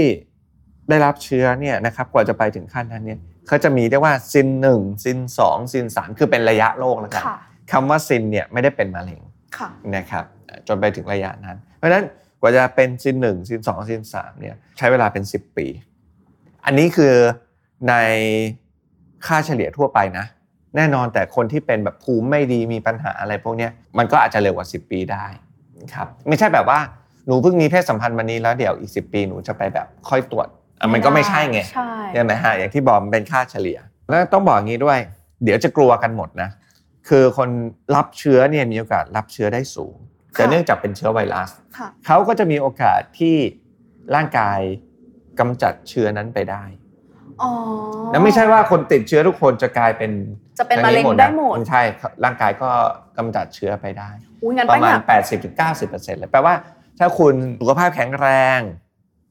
[SPEAKER 2] ได้รับเชื้อเนี่ยนะครับกว่าจะไปถึงขั้นนั้นเนี่ยเขาจะมีเรียกว่าซินหนึ่งซินสองซินสามคือเป็นระยะโรคแล้วกัน
[SPEAKER 1] ค่ะ
[SPEAKER 2] คำว่าซินเนี่ยไม่ได้เป็นมะเร็ง
[SPEAKER 1] ค่ะ
[SPEAKER 2] นะครับจนไปถึงระยะนั้น เพราะฉะนั้นกว่าจะเป็นซินหนึ่งซินสองซินสามเนี่ยใช้เวลาเป็น 10 ปี อันนี้คือในค่าเฉลี่ยทั่วไปนะ แน่นอนแต่คนที่เป็นแบบภูมิไม่ดีมีปัญหาอะไรพวกเนี้ยมันก็อาจจะเร็วกว่า 10 ปีได้ครับไม่ใช่แบบว่าหนูเพิ่งมีเพศสัมพันธ์วันนี้แล้วเดี๋ยวอีก 10 ปีหนูจะไปแบบค่อยตรวจอ่ะมันก็ไม่ใช่ไง
[SPEAKER 1] ใช่
[SPEAKER 2] เนี่ยนะฮะอย่างที่บอกมันเป็นค่าเฉลี่ย แล้วต้องบอกอย่างนี้ด้วย เดี๋ยวจะกลัวกันหมดนะ คือคนรับเชื้อเนี่ยมีโอกาสรับเชื้อได้สูง แต่เนื่องจากเป็นเชื้อไวรัส
[SPEAKER 1] ค่ะ
[SPEAKER 2] เขาก็จะมีโอกาสที่ร่างกายกำจัดเชื้อนั้นไปได้
[SPEAKER 1] อ๋อ
[SPEAKER 2] และไม่ใช่ว่าคนติดเชื้อทุกคนจะกลายเป็น
[SPEAKER 1] จะเป็นมะเร็ง
[SPEAKER 2] อั
[SPEAKER 1] ได้หมด
[SPEAKER 2] นะใช่ครับร่างกายก็กำจัดเชื้อไปได้
[SPEAKER 1] อุ้ยงั้น
[SPEAKER 2] ป
[SPEAKER 1] ไประ
[SPEAKER 2] มา
[SPEAKER 1] เนี่
[SPEAKER 2] ณ
[SPEAKER 1] ย
[SPEAKER 2] 80-90%เลยแปลว่าถ้าคุณสุขภาพแข็งแรง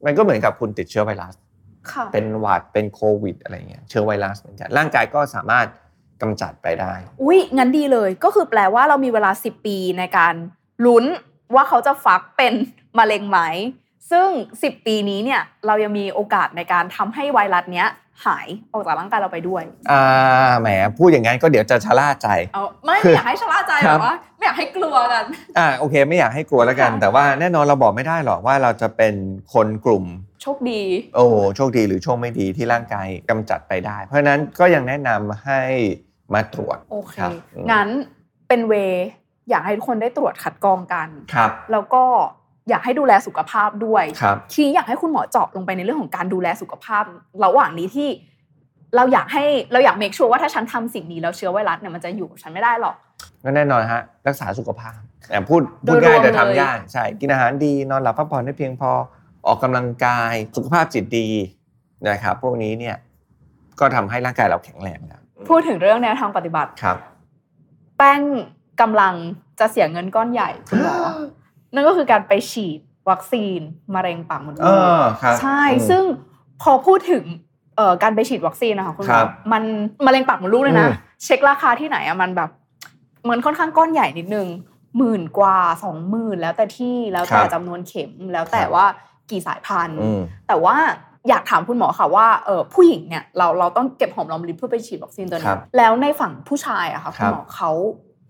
[SPEAKER 2] มันก็เหมือนกับคุณติดเชื้อไวรัส
[SPEAKER 1] ค่ะ
[SPEAKER 2] เป็นหวัดเป็นโควิดอะไรเงี้ยเชื้อไวรัสเหมือนกันร่างกายก็สามารถกำจัดไปได้
[SPEAKER 1] อุ้ยงั้นดีเลยก็คือแปลว่าเรามีเวลา 10 ปีในการลุ้นว่าเขาจะฟักเป็นมะเร็งไหม ซึ่ง 10 ปีนี้เนี่ยเรายังมีโอกาสในการทำให้ไวรัสเนี้ยหายออกจากร่างกายเราไปด้วย
[SPEAKER 2] อ่าแหมพูดอย่างนั้นก็เดี๋ยวจะชะล่าใจ
[SPEAKER 1] เอาไม่
[SPEAKER 2] คือ
[SPEAKER 1] ไม่อยากให้ชะล่าใจ
[SPEAKER 2] ค
[SPEAKER 1] ห
[SPEAKER 2] รั
[SPEAKER 1] ร
[SPEAKER 2] บ
[SPEAKER 1] อว่าไม่อยากให้กลัวกัน
[SPEAKER 2] อ่าโอเคไม่อยากให้กลัวแล้วกัน
[SPEAKER 1] ค่ะ
[SPEAKER 2] แต่ว่าแน่นอนเราบอกไม่ได้หรอกว่าเราจะเป็นคนกลุ่ม
[SPEAKER 1] โชคดี
[SPEAKER 2] โอ้โหโชคดีหรือโชคไม่ดีที่ร่างกายกำจัดไปได้ เพราะฉะนั้นก็ยังแนะนำให้มาตรวจ
[SPEAKER 1] โอเค
[SPEAKER 2] ครับอืม
[SPEAKER 1] งั้นเป็นเวย์อยากให้ทุกคนได้ตรวจคัดกรองกัน
[SPEAKER 2] ครับ
[SPEAKER 1] แล้วก็อยากให้ดูแลสุขภาพด้วย
[SPEAKER 2] ครับ
[SPEAKER 1] ทีนี้อยากให้คุณหมอเจาะลงไปในเรื่องของการดูแลสุขภาพ ระหว่างนี้ที่ เราอยากให้เราอยากเมคชัวร์ว่าถ้าฉันทำสิ่งนี้แล้วเชื้อไวรัสเนี่ยมันจะอยู่กับฉันไม่ได้หรอก
[SPEAKER 2] ก็แน่นอนฮะรักษาสุขภาพแต่พูด
[SPEAKER 1] โด
[SPEAKER 2] พู
[SPEAKER 1] ย
[SPEAKER 2] ดง่า
[SPEAKER 1] ร
[SPEAKER 2] ย
[SPEAKER 1] วม
[SPEAKER 2] แต่ทำ
[SPEAKER 1] เลย
[SPEAKER 2] ยากใช่กินอาหารดีนอนหลับพักผ่อนให้เพียงพอออกกำลังกายสุขภาพจิตดีนะครับพวกนี้เนี่ยก็ทำให้ร่างกายเราแข็งแรงแล้ว
[SPEAKER 1] พูดถึงเรื่องแนวทางปฏิบัติ
[SPEAKER 2] ครับ
[SPEAKER 1] แป้งกำลังจะเสียเงินก้อนใหญ่คุณหมอ นั่นก็คือการไปฉีดวัคซีนมะเร็งปากมด
[SPEAKER 2] เอ
[SPEAKER 1] ลูก
[SPEAKER 2] อครับ
[SPEAKER 1] ใช่
[SPEAKER 2] อืม
[SPEAKER 1] ซึ่งพอพูดถึงเอ่อการไปฉีดวัคซีนนะคะคุณหม
[SPEAKER 2] ครั
[SPEAKER 1] อบ มันมะเร็งปากมดลูกเลยนะ
[SPEAKER 2] อืม
[SPEAKER 1] เช็คราคาที่ไหนอะมันแบบ มันค่อนข้างก้อนใหญ่นิดนึงหมื่นกว่าสองหมื่นแล้วแต่ที่แล้วแต่จำนวนเข็มแล้วแต่ว่ากี่สายพันธุ์
[SPEAKER 2] อืม
[SPEAKER 1] แต่ว่าอยากถามคุณหมอค่ะว่าเออผู้หญิงเนี่ยเราเราต้องเก็บหอมรอมริบเพื่อไปฉีดวัคซีนตัว
[SPEAKER 2] ครั
[SPEAKER 1] นี้
[SPEAKER 2] บ
[SPEAKER 1] แล้วในฝั่งผู้ชายอะค่ะ
[SPEAKER 2] ค
[SPEAKER 1] คุ
[SPEAKER 2] รั
[SPEAKER 1] ณ
[SPEAKER 2] บ
[SPEAKER 1] หมอเขา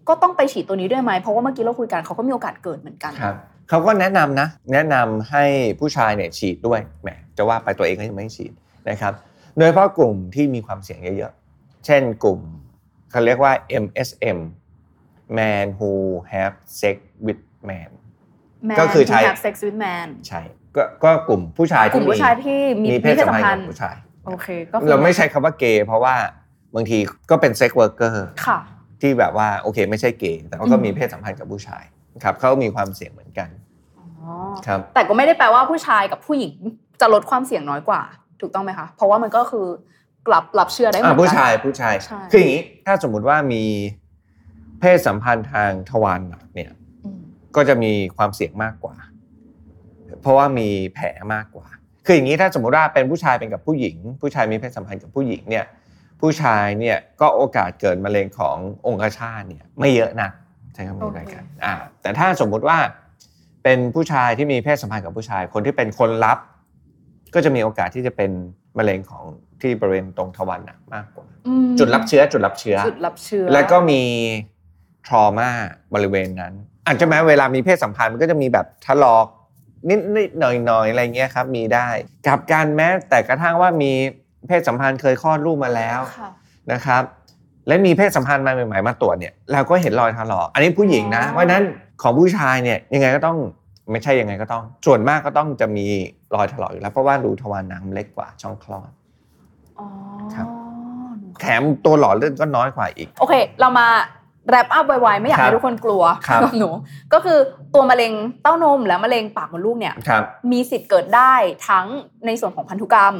[SPEAKER 1] ก็ต้องไปฉีดตัวนี้ด้วยไหมเพราะว่าเมื่อกี้เราคุยกันเขาก็มีโอกาสเกิดเหมือนกัน
[SPEAKER 2] ครับเขาก็แนะนำนะ แนะนำให้ผู้ชายเนี่ยฉีดด้วยแหมจะว่าไปตัวเองก็ยังไม่ฉีดนะครับโดยเฉพาะกลุ่มที่มีความเสี่ยงเยอะๆ เช่นกลุ่มเขาเรียกว่า MSM Man who have sex with man
[SPEAKER 1] Man
[SPEAKER 2] ก็คือใช้
[SPEAKER 1] who have sex with man
[SPEAKER 2] ใช่ก็ก็กลุ่มผู้ชาย
[SPEAKER 1] กลุ่
[SPEAKER 2] ที่
[SPEAKER 1] มผู้ชายที่มี
[SPEAKER 2] มีเพศสัมพันธ์กับผู้ชาย
[SPEAKER 1] โอเคก็คือ
[SPEAKER 2] เราไม่ใช้คำว่าเกย์เพราะว่าบางทีก็เป็นเซ็กเวิร์กเกอร์
[SPEAKER 1] ค่ะ
[SPEAKER 2] ที่แบบว่าโอเคไม่ใช่เกย์แต่ว่าก็
[SPEAKER 1] อืม
[SPEAKER 2] มีเพศสัมพันธ์กับผู้ชายครับเขามีความเสี่ยงเหมือนกัน
[SPEAKER 1] อ๋อ
[SPEAKER 2] ครับ
[SPEAKER 1] แต่ก็ไม่ได้แปลว่าผู้ชายกับผู้หญิงจะลดความเสี่ยงน้อยกว่า ถูกต้องไหมคะ เพราะว่ามันก็คือกลับรับเชื่อได้เหมือน
[SPEAKER 2] อ่ะ
[SPEAKER 1] กั
[SPEAKER 2] ผู้ชายผู้ชาย
[SPEAKER 1] ใช่
[SPEAKER 2] คืออย่างนี้ถ้าสมมุติว่ามีเพศสัมพันธ์ทางทวารหนักเนี่ย
[SPEAKER 1] อืม
[SPEAKER 2] ก็จะมีความเสี่ยงมากกว่า เพราะว่ามีแผลมากกว่า คืออย่างนี้ถ้าสมมุติว่าเป็นผู้ชายเป็นกับผู้หญิง ผู้ชายมีเพศสัมพันธ์กับผู้หญิงเนี่ยผู้ชายเนี่ยก็โอกาสเกิดมะเร็งขององคชาตเนี่ยไม่เยอะนักใช้คำนี้แล้วกันอ่าแต่ถ้าสมมุติว่าเป็นผู้ชายที่มีเพศสัมพันธ์กับผู้ชายคนที่เป็นคนรับ ก็จะมีโอกาสที่จะเป็นมะเร็งของที่บริเวณตรงทวารหนักมากกว่า
[SPEAKER 1] อืม
[SPEAKER 2] จุดรับเชื้อจุดรับเชื้อ
[SPEAKER 1] จุดรับเชื้อ
[SPEAKER 2] แล้วก็มีทรมาบริเวณนั้นอาจจะแม้เวลามีเพศสัมพันธ์มันก็จะมีแบบทะลอกนิดนิดหน่อยหน่อยๆอะไรเงี้ยครับ มีได้กับการแม้แต่กระทั่งว่ามีเพศสัมพันธ์เคยคลอดลูกมาแล้ว
[SPEAKER 1] ค่ะ
[SPEAKER 2] นะครับ และมีเพศสัมพันธ์มาใหม่ๆมาตรวจเนี่ยเราก็เห็นรอยทะลอกอันนี้ผู้หญิงนะ
[SPEAKER 1] อ๋อ
[SPEAKER 2] เพราะฉะนั้นของผู้ชายเนี่ยยังไงก็ต้องไม่ใช่ยังไงก็ต้อง ส่วนมากก็ต้องจะมีรอยถลอกอยู่แล้วเพราะว่ารูทวารหนังมันเล็กกว่าช่องคลอด
[SPEAKER 1] อ๋อ
[SPEAKER 2] ครับ
[SPEAKER 1] หนู
[SPEAKER 2] แถ
[SPEAKER 1] เข้าใจ
[SPEAKER 2] มตัวหล่อเลือดก็น้อยกว่าอีก
[SPEAKER 1] โอเค เรามาแรปอัพไวๆไม่อยาก
[SPEAKER 2] ครับ
[SPEAKER 1] ให้ทุกคนกลัว
[SPEAKER 2] ครับ
[SPEAKER 1] หนู ก็คือตัวมะเร็งเต้านมและมะเร็งปากมดลูกเนี่ย
[SPEAKER 2] ครับ
[SPEAKER 1] มีสิทธิ์เกิดได้ทั้งในส่วนของพันธุกรรม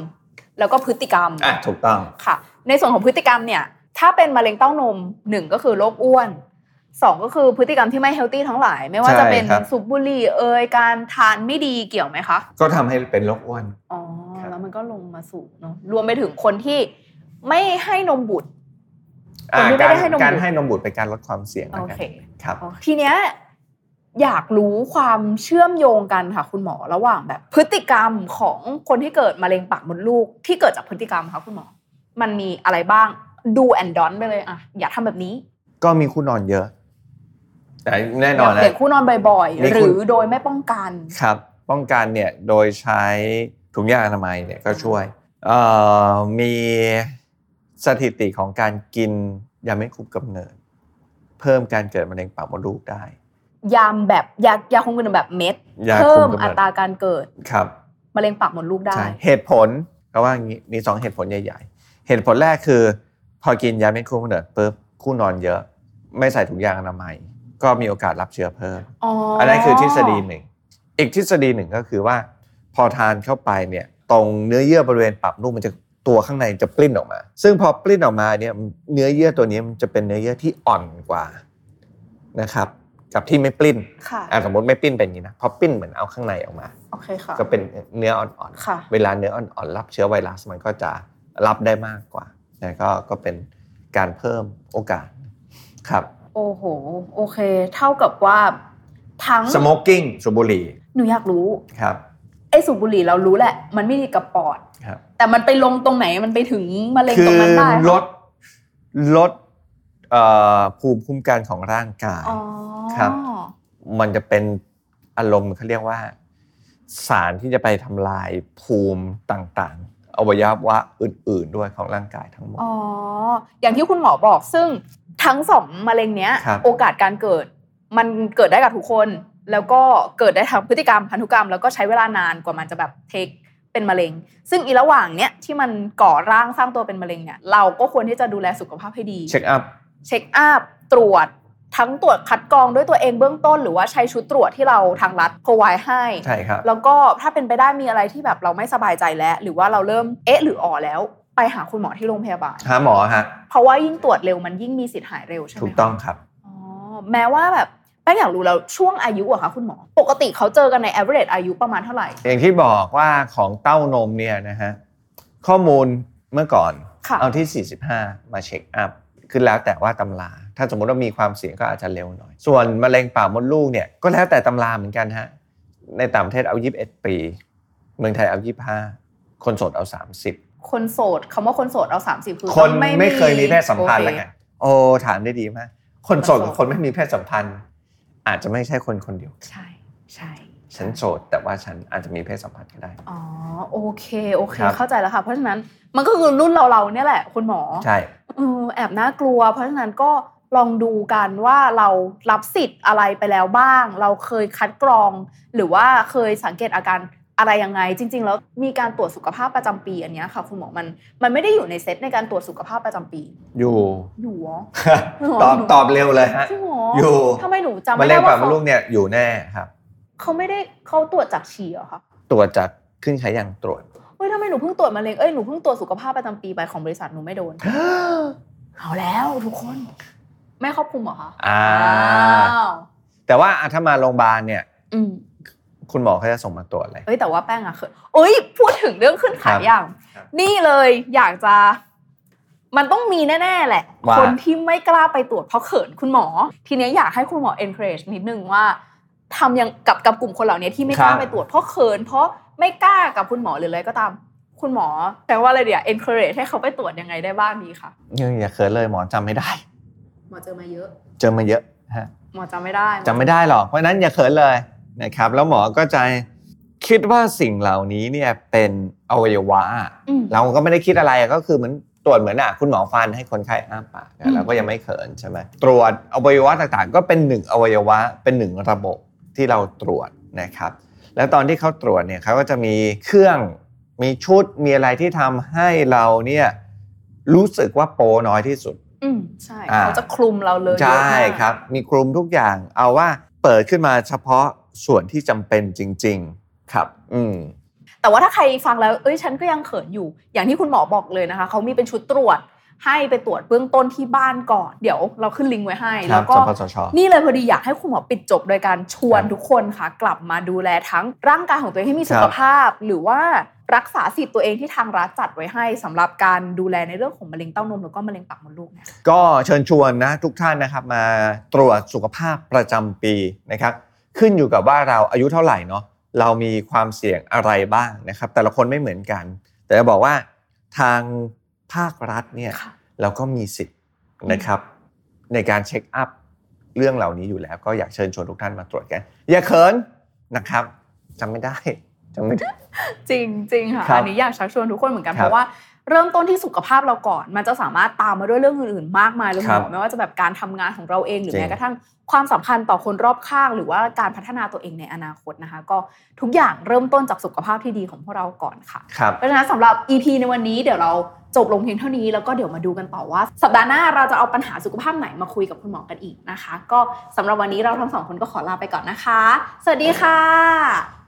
[SPEAKER 1] แล้วก็พฤติกรรม
[SPEAKER 2] อ่ะถูกต้อง
[SPEAKER 1] ค่ะในส่วนของพฤติกรรมเนี่ยถ้าเป็นมะเร็งเต้านมหนึ่งก็คือโรคอ้วนสองก็คือพฤติกรรมที่ไม่เฮลตี้ทั้งหลาย ไม่ว่าจะเป็น
[SPEAKER 2] ใช่ครับ
[SPEAKER 1] สูบบุหรี่เอ่ยการทานไม่ดีเกี่ยวไหมคะ
[SPEAKER 2] ก็ทำให้เป็นโรคอ้วน
[SPEAKER 1] อ๋อ
[SPEAKER 2] ครับ
[SPEAKER 1] แล้วมันก็ลงมาสู่เนาะรวมไปถึงคนที่ไม่ให้นมบุตร คนที่ไม่ได้ให้นม
[SPEAKER 2] อ่าการ
[SPEAKER 1] บุต
[SPEAKER 2] ให้
[SPEAKER 1] ร
[SPEAKER 2] นมบุตรเป็นการลดความเสี่ยง
[SPEAKER 1] โอ
[SPEAKER 2] แล้วกัน
[SPEAKER 1] เค
[SPEAKER 2] ครับ
[SPEAKER 1] ทีเนี้ยอยากรู้ความเชื่อมโยงกันค่ะ คุณหมอระหว่างแบบ พฤติกรรมของคนที่เกิดมะเร็งปากมดลูก ที่เกิดจากพฤติกรรมค่ะคุณหมอ มันมีอะไรบ้างดูแอนดอนไปเลยอะอย่าทำแบบนี้
[SPEAKER 2] ก็มีคู่นอนเยอะ แต่แน่นอน
[SPEAKER 1] ย่า
[SPEAKER 2] นะ
[SPEAKER 1] เปลี่ยนคู่นอนบ่อย
[SPEAKER 2] มี
[SPEAKER 1] ๆ ห
[SPEAKER 2] คุณ
[SPEAKER 1] รือโดยไม่ป้องกัน
[SPEAKER 2] ครับ ป้องกันเนี่ยโดยใช้ถุงยางอนามัยเนี่ยก็ช่วยเอ่อมีสถิติของการกินยาไม่คุมกำเนิด เพิ่มการเกิดมะเร็งปากมดลูกได้
[SPEAKER 1] ยามแบบยายาคุมกำเนิดแบบเม็ด
[SPEAKER 2] ยาคุม
[SPEAKER 1] เพิ่ม
[SPEAKER 2] กำเนิด
[SPEAKER 1] อัตราการเกิด
[SPEAKER 2] ครับ
[SPEAKER 1] มะเร็งปากมดลูกได้
[SPEAKER 2] ใช่เหตุผลก็ว่าอย่างงี้มีสองเหตุผลใหญ่ ๆ เหตุผลแรกคือ พอกินยาเม็ดคุมกำเนิดปุ๊บคู่นอนเยอะ ไม่ใส่ถุงยางอนามัย ก็มีโอกาสรับเชื้อเพิ่ม
[SPEAKER 1] อ๋ออั
[SPEAKER 2] อันนั้นคือทฤษฎีหนึ่ง อีกทฤษฎีหนึ่งก็คือว่า พอทานเข้าไปเนี่ยตรงเนื้อเยื่อบริเวณปากลูกมันจะตัวข้างในจะปลิ้นออกมา ซึ่งพอปลิ้นออกมาเนี่ยเนื้อเยื่อตัวนี้มันจะเป็นเนื้อเยื่อที่อ่อนกว่านะครับ กับที่ไม่ปลิ้น
[SPEAKER 1] ค่ะ
[SPEAKER 2] อ่ะสมมติไม่ปลิ้นเป็นอย่างนี้นะพอปลิ้นเหมือนเอาข้างในออกมา
[SPEAKER 1] โอเคค่ะ
[SPEAKER 2] ก็เป็นเนื้ออ่อนๆ
[SPEAKER 1] ค่ะ
[SPEAKER 2] เวลาเนื้ออ่อนๆรับเชื้อไวรัสมันก็จะรับได้มากกว่านะก็ก็เป็นการเพิ่มโอกาสครับ
[SPEAKER 1] โอ้โห โอเค เท่ากับว่าทั้ง
[SPEAKER 2] สโมกกิ้งสูบบุหรี่
[SPEAKER 1] หนูอยากรู้
[SPEAKER 2] ครับ
[SPEAKER 1] ไอ้สูบบุหรี่เรารู้แหละ มันไม่ดีกับปอด
[SPEAKER 2] ครับ
[SPEAKER 1] แต่มันไปลงตรงไหนมันไปถึงมะเร็ง
[SPEAKER 2] คื
[SPEAKER 1] ตรงนั้นได้
[SPEAKER 2] ลดลดเอ่อภูมิคุ้มกันของร่างกาย
[SPEAKER 1] อ๋อ
[SPEAKER 2] ครับ มันจะเป็นอารมณ์เขาเรียกว่า สารที่จะไปทำลายภูมิต่างๆ อวัยวะอื่น ๆ ด้วยของร่างกายทั้งหมด
[SPEAKER 1] อ๋อ อย่างที่คุณหมอบอกซึ่งทั้งสองมะเร็งเนี้ย
[SPEAKER 2] ครับ
[SPEAKER 1] โอกาสการเกิด มันเกิดได้กับทุกคน แล้วก็เกิดได้ทางพฤติกรรมพันธุกรรม แล้วก็ใช้เวลานานกว่ามันจะแบบเทคเป็นมะเร็ง ซึ่งอีระหว่างเนี้ยที่มันก่อร่างสร้างตัวเป็นมะเร็งเนี่ยเราก็ควรที่จะดูแลสุขภาพให้ดี
[SPEAKER 2] เช็คอัพ
[SPEAKER 1] เช็คอัพตรวจทั้งตรวจคัดกรองด้วยตัวเองเบื้องต้น หรือว่าใช้ชุดตรวจที่เราทางรัฐพรไวให้
[SPEAKER 2] ใช่ครับ
[SPEAKER 1] แล้วก็ถ้าเป็นไปได้มีอะไรที่แบบเราไม่สบายใจแล้ว หรือว่าเราเริ่มเอ๊ะหรืออ๋อแล้ว ไปหาคุณหมอที่โรงพยาบาล
[SPEAKER 2] หาหมอฮะ
[SPEAKER 1] เพราะว่ายิ่งตรวจเร็วมันยิ่งมีสิทธิ์หายเร็วใช่ไหม
[SPEAKER 2] ถูกต้องครับ
[SPEAKER 1] อ๋อแม้ว่าแบบแป้งอยากรู้แล้วช่วงอายุอะคะคุณหมอ ปกติเขาเจอกันใน average อายุประมาณเท่าไหร่
[SPEAKER 2] อย่างที่บอกว่าของเต้านมเนี่ยนะฮะข้อมูลเมื่อก่อน
[SPEAKER 1] ค่ะ
[SPEAKER 2] เอาที่ 45 มาเช็คอัพขึ้นแล้วแต่ว่าตำรา ถ้าสมมุติว่ามีความเสี่ยงก็อาจจะเร็วหน่อย ส่วนมะเร็งปากมดลูกเนี่ยก็แล้วแต่ตำราเหมือนกันฮะในต่างประเทศเอา 21 ปี เมืองไทยเอา 25 คนโสดเอา 30
[SPEAKER 1] คนโสดคำว่าคนโสดเอา 30คือ
[SPEAKER 2] คน
[SPEAKER 1] ต้อง
[SPEAKER 2] ไม่เคยมีเพศสัมพันธ์
[SPEAKER 1] โอ
[SPEAKER 2] แล้ว
[SPEAKER 1] เค
[SPEAKER 2] ไงโอ้ถามได้ดีมาก คนโสดกับคนไม่มีเพศสัมพันธ์ อาจจะไม่ใช่คนคนเดียว
[SPEAKER 1] ใช่ใช่
[SPEAKER 2] ฉันโสดแต่ว่าฉันอาจจะมีเพศสัมพันธ์ก็ได้
[SPEAKER 1] อ๋อโอเคโอเค
[SPEAKER 2] ครับ
[SPEAKER 1] เข้าใจแล้วค่ะ เพราะฉะนั้นมันก็คือรุ่นเราเราๆเนี่ยแหละคุณหมอ
[SPEAKER 2] ใช่
[SPEAKER 1] เออแอบน่ากลัว เพราะฉะนั้นก็ลองดูกันว่าเรารับสิทธิ์อะไรไปแล้วบ้าง เราเคยคัดกรอง หรือว่าเคยสังเกตอาการอะไรยังไง จริง ๆ แล้วมีการตรวจสุขภาพประจำปีอันเนี้ยค่ะ คุณหมอมันมันไม่ได้อยู่ในเซตในการตรวจสุขภาพประจำปี
[SPEAKER 2] อยู่
[SPEAKER 1] อยู่เหรอ
[SPEAKER 2] ตอบตอบเร็วเลยฮะ
[SPEAKER 1] จริงเหรอ
[SPEAKER 2] อยู่
[SPEAKER 1] ทำไมหนูจำ
[SPEAKER 2] มะ
[SPEAKER 1] ไม่
[SPEAKER 2] เร็
[SPEAKER 1] ได้
[SPEAKER 2] งปา
[SPEAKER 1] ว่าก
[SPEAKER 2] มด
[SPEAKER 1] เขา
[SPEAKER 2] ลูกเนี่ยอยู่แน่ครับ
[SPEAKER 1] เขาไม่ได้เขาตรวจจากฉี่เหรอคะ
[SPEAKER 2] ตรวจจากขึ้นขายอย่างตร วจ
[SPEAKER 1] เฮ้ยทำไมหนูเพิ่งตรวจมะเร็งเอ้ยหนูเพิ่งตรวจสุขภาพประจำปีไปของบริษัทหนูไม่โดนเอาแล้วทุกคน ไม่ครอบคลุมเหรอคะ
[SPEAKER 2] อ่า
[SPEAKER 1] อ้าว
[SPEAKER 2] แต่ว่าอ่ะถ้ามาโรงพยาบาลเนี่ย
[SPEAKER 1] อืม
[SPEAKER 2] คุณหมอเขาจะส่งมาตรวจเลย
[SPEAKER 1] เอ้ยแต่ว่าแป้งอะเคยเอ้ยพูดถึงเรื่องขึ้นขาย
[SPEAKER 2] ครับ
[SPEAKER 1] อย่าง
[SPEAKER 2] ครับ
[SPEAKER 1] นี่เลยอยากจะ มันต้องมีแน่ๆแหละ
[SPEAKER 2] ว่า
[SPEAKER 1] คนที่ไม่กล้าไปตรวจเพราะเขินคุณหมอ ทีเนี้ยอยากให้คุณหมอ encourage นิดนึงว่าทำยังกับกับกลุ่มคนเหล่านี้ที่ไม่กล้าไปตรวจเพราะเขิน เพราะไม่กล้ากับคุณหมอหรืออะไรก็ตาม คุณหมอแต่ว่าอะไรเดี๋ยว encourage ให้เขาไปตรวจยังไงได้บ้างดีค่ะ
[SPEAKER 2] ยังอย่าเขินเลยหมอจำไม่ได้
[SPEAKER 1] หมอเจอมาเยอะ
[SPEAKER 2] เจอมาเยอะฮะ
[SPEAKER 1] หมอจำไม่ได้
[SPEAKER 2] จำไม่ได้หรอกเพราะฉะนั้นอย่าเขินเลยนะครับ แล้วหมอก็จะคิดว่าสิ่งเหล่านี้เนี่ยเป็นอวัยวะ
[SPEAKER 1] อืม
[SPEAKER 2] เราก็ไม่ได้คิดอะไรก็คือเหมือนตรวจเหมือนอ่ะคุณหมอฟันให้คนไข้อ้าปาก
[SPEAKER 1] อืม
[SPEAKER 2] เราก็ยังไม่เขินใช่ไหมตรวจอวัยวะต่างๆ ก็เป็นหนึ่งอวัยวะเป็นหนึ่งระบบที่เราตรวจนะครับ แล้วตอนที่เขาตรวจเนี่ยเขาก็จะมีเครื่องมีชุดมีอะไรที่ทำให้เราเนี่ยรู้สึกว่าโปรน้อยที่สุด
[SPEAKER 1] อืมใช่
[SPEAKER 2] อ่า
[SPEAKER 1] เขาจะคลุมเราเลยเยอะ
[SPEAKER 2] ใช่
[SPEAKER 1] มาก
[SPEAKER 2] ครับ มีกลุ่มทุกอย่างเอาว่าเปิดขึ้นมาเฉพาะส่วนที่จำเป็นจริง ๆครับ อืม
[SPEAKER 1] แต่ว่าถ้าใครฟังแล้ว เอ้ย ฉันก็ยังเขินอยู่ อย่างที่คุณหมอบอกเลยนะคะ เขามีเป็นชุดตรวจ ให้ไปตรวจเบื้องต้นที่บ้านก่อนเดี๋ยวเราขึ้นลิงก์ไว้ให้
[SPEAKER 2] ครั
[SPEAKER 1] แล้
[SPEAKER 2] บ
[SPEAKER 1] วก็
[SPEAKER 2] สปสช
[SPEAKER 1] นี่เลยพอดีอยากให้คุณหมอปิดจบโดยการชวน
[SPEAKER 2] ครับ
[SPEAKER 1] ทุกคนค่ะ กลับมาดูแลทั้งร่างกายของตัวเองให้มีสุข
[SPEAKER 2] ครับ
[SPEAKER 1] ภาพ หรือว่ารักษาสิทธิ์ตัวเองที่ทางรัฐจัดไว้ให้สำหรับการดูแลในเรื่องของมะเร็งเต้านมแล้วก็มะเร็งปากมดลูกเนี่ย
[SPEAKER 2] ก็เชิญชวนนะทุกท่านนะครับมาตรวจสุขภาพประจำปีนะครับขึ้นอยู่กับว่าเราอายุเท่าไหร่เนาะเรามีความเสี่ยงอะไรบ้างนะครับ แต่ละคนไม่เหมือนกัน แต่จะบอกว่าทางภาครัฐเนี่ย
[SPEAKER 1] ค่ะ
[SPEAKER 2] เราก็มีสิทธิ์นะครับ ในการเช็คอัพเรื่องเหล่านี้อยู่แล้ว ก็อยากเชิญชวนทุกท่านมาตรวจกัน อย่าเขินนะครับจำไม่ได้จำไม่ได้
[SPEAKER 1] จริงจริงค่ะ
[SPEAKER 2] ครับ
[SPEAKER 1] อันนี้อยากชักชวนทุกคนเหมือนกัน
[SPEAKER 2] ครับ
[SPEAKER 1] เพราะว่าเริ่มต้นที่สุขภาพเราก่อน มันจะสามารถตามมาด้วยเรื่องอื่นๆ มากมายเลย
[SPEAKER 2] ครับ
[SPEAKER 1] คุณหมอไม่ว่าจะแบบการทำงานของเราเองหรือ
[SPEAKER 2] จริง
[SPEAKER 1] แม้กระทั่งความสัมพันธ์ต่อคนรอบข้าง หรือว่าการพัฒนาตัวเองในอนาคตนะคะ ก็ทุกอย่างเริ่มต้นจากสุขภาพที่ดีของพวกเราก่อนค่ะ
[SPEAKER 2] ครับ
[SPEAKER 1] เพราะฉะนั้นสำหรับ EP ในวันนี้เดี๋ยวเราจบลงเพียงเท่านี้แล้วก็เดี๋ยวมาดูกันต่อว่า สัปดาห์หน้าเราจะเอาปัญหาสุขภาพไหนมาคุยกับคุณหมอกันอีกนะคะ ก็สำหรับวันนี้เราทั้งสองคนก็ขอลาไปก่อนนะคะ สวัสดีค่ะ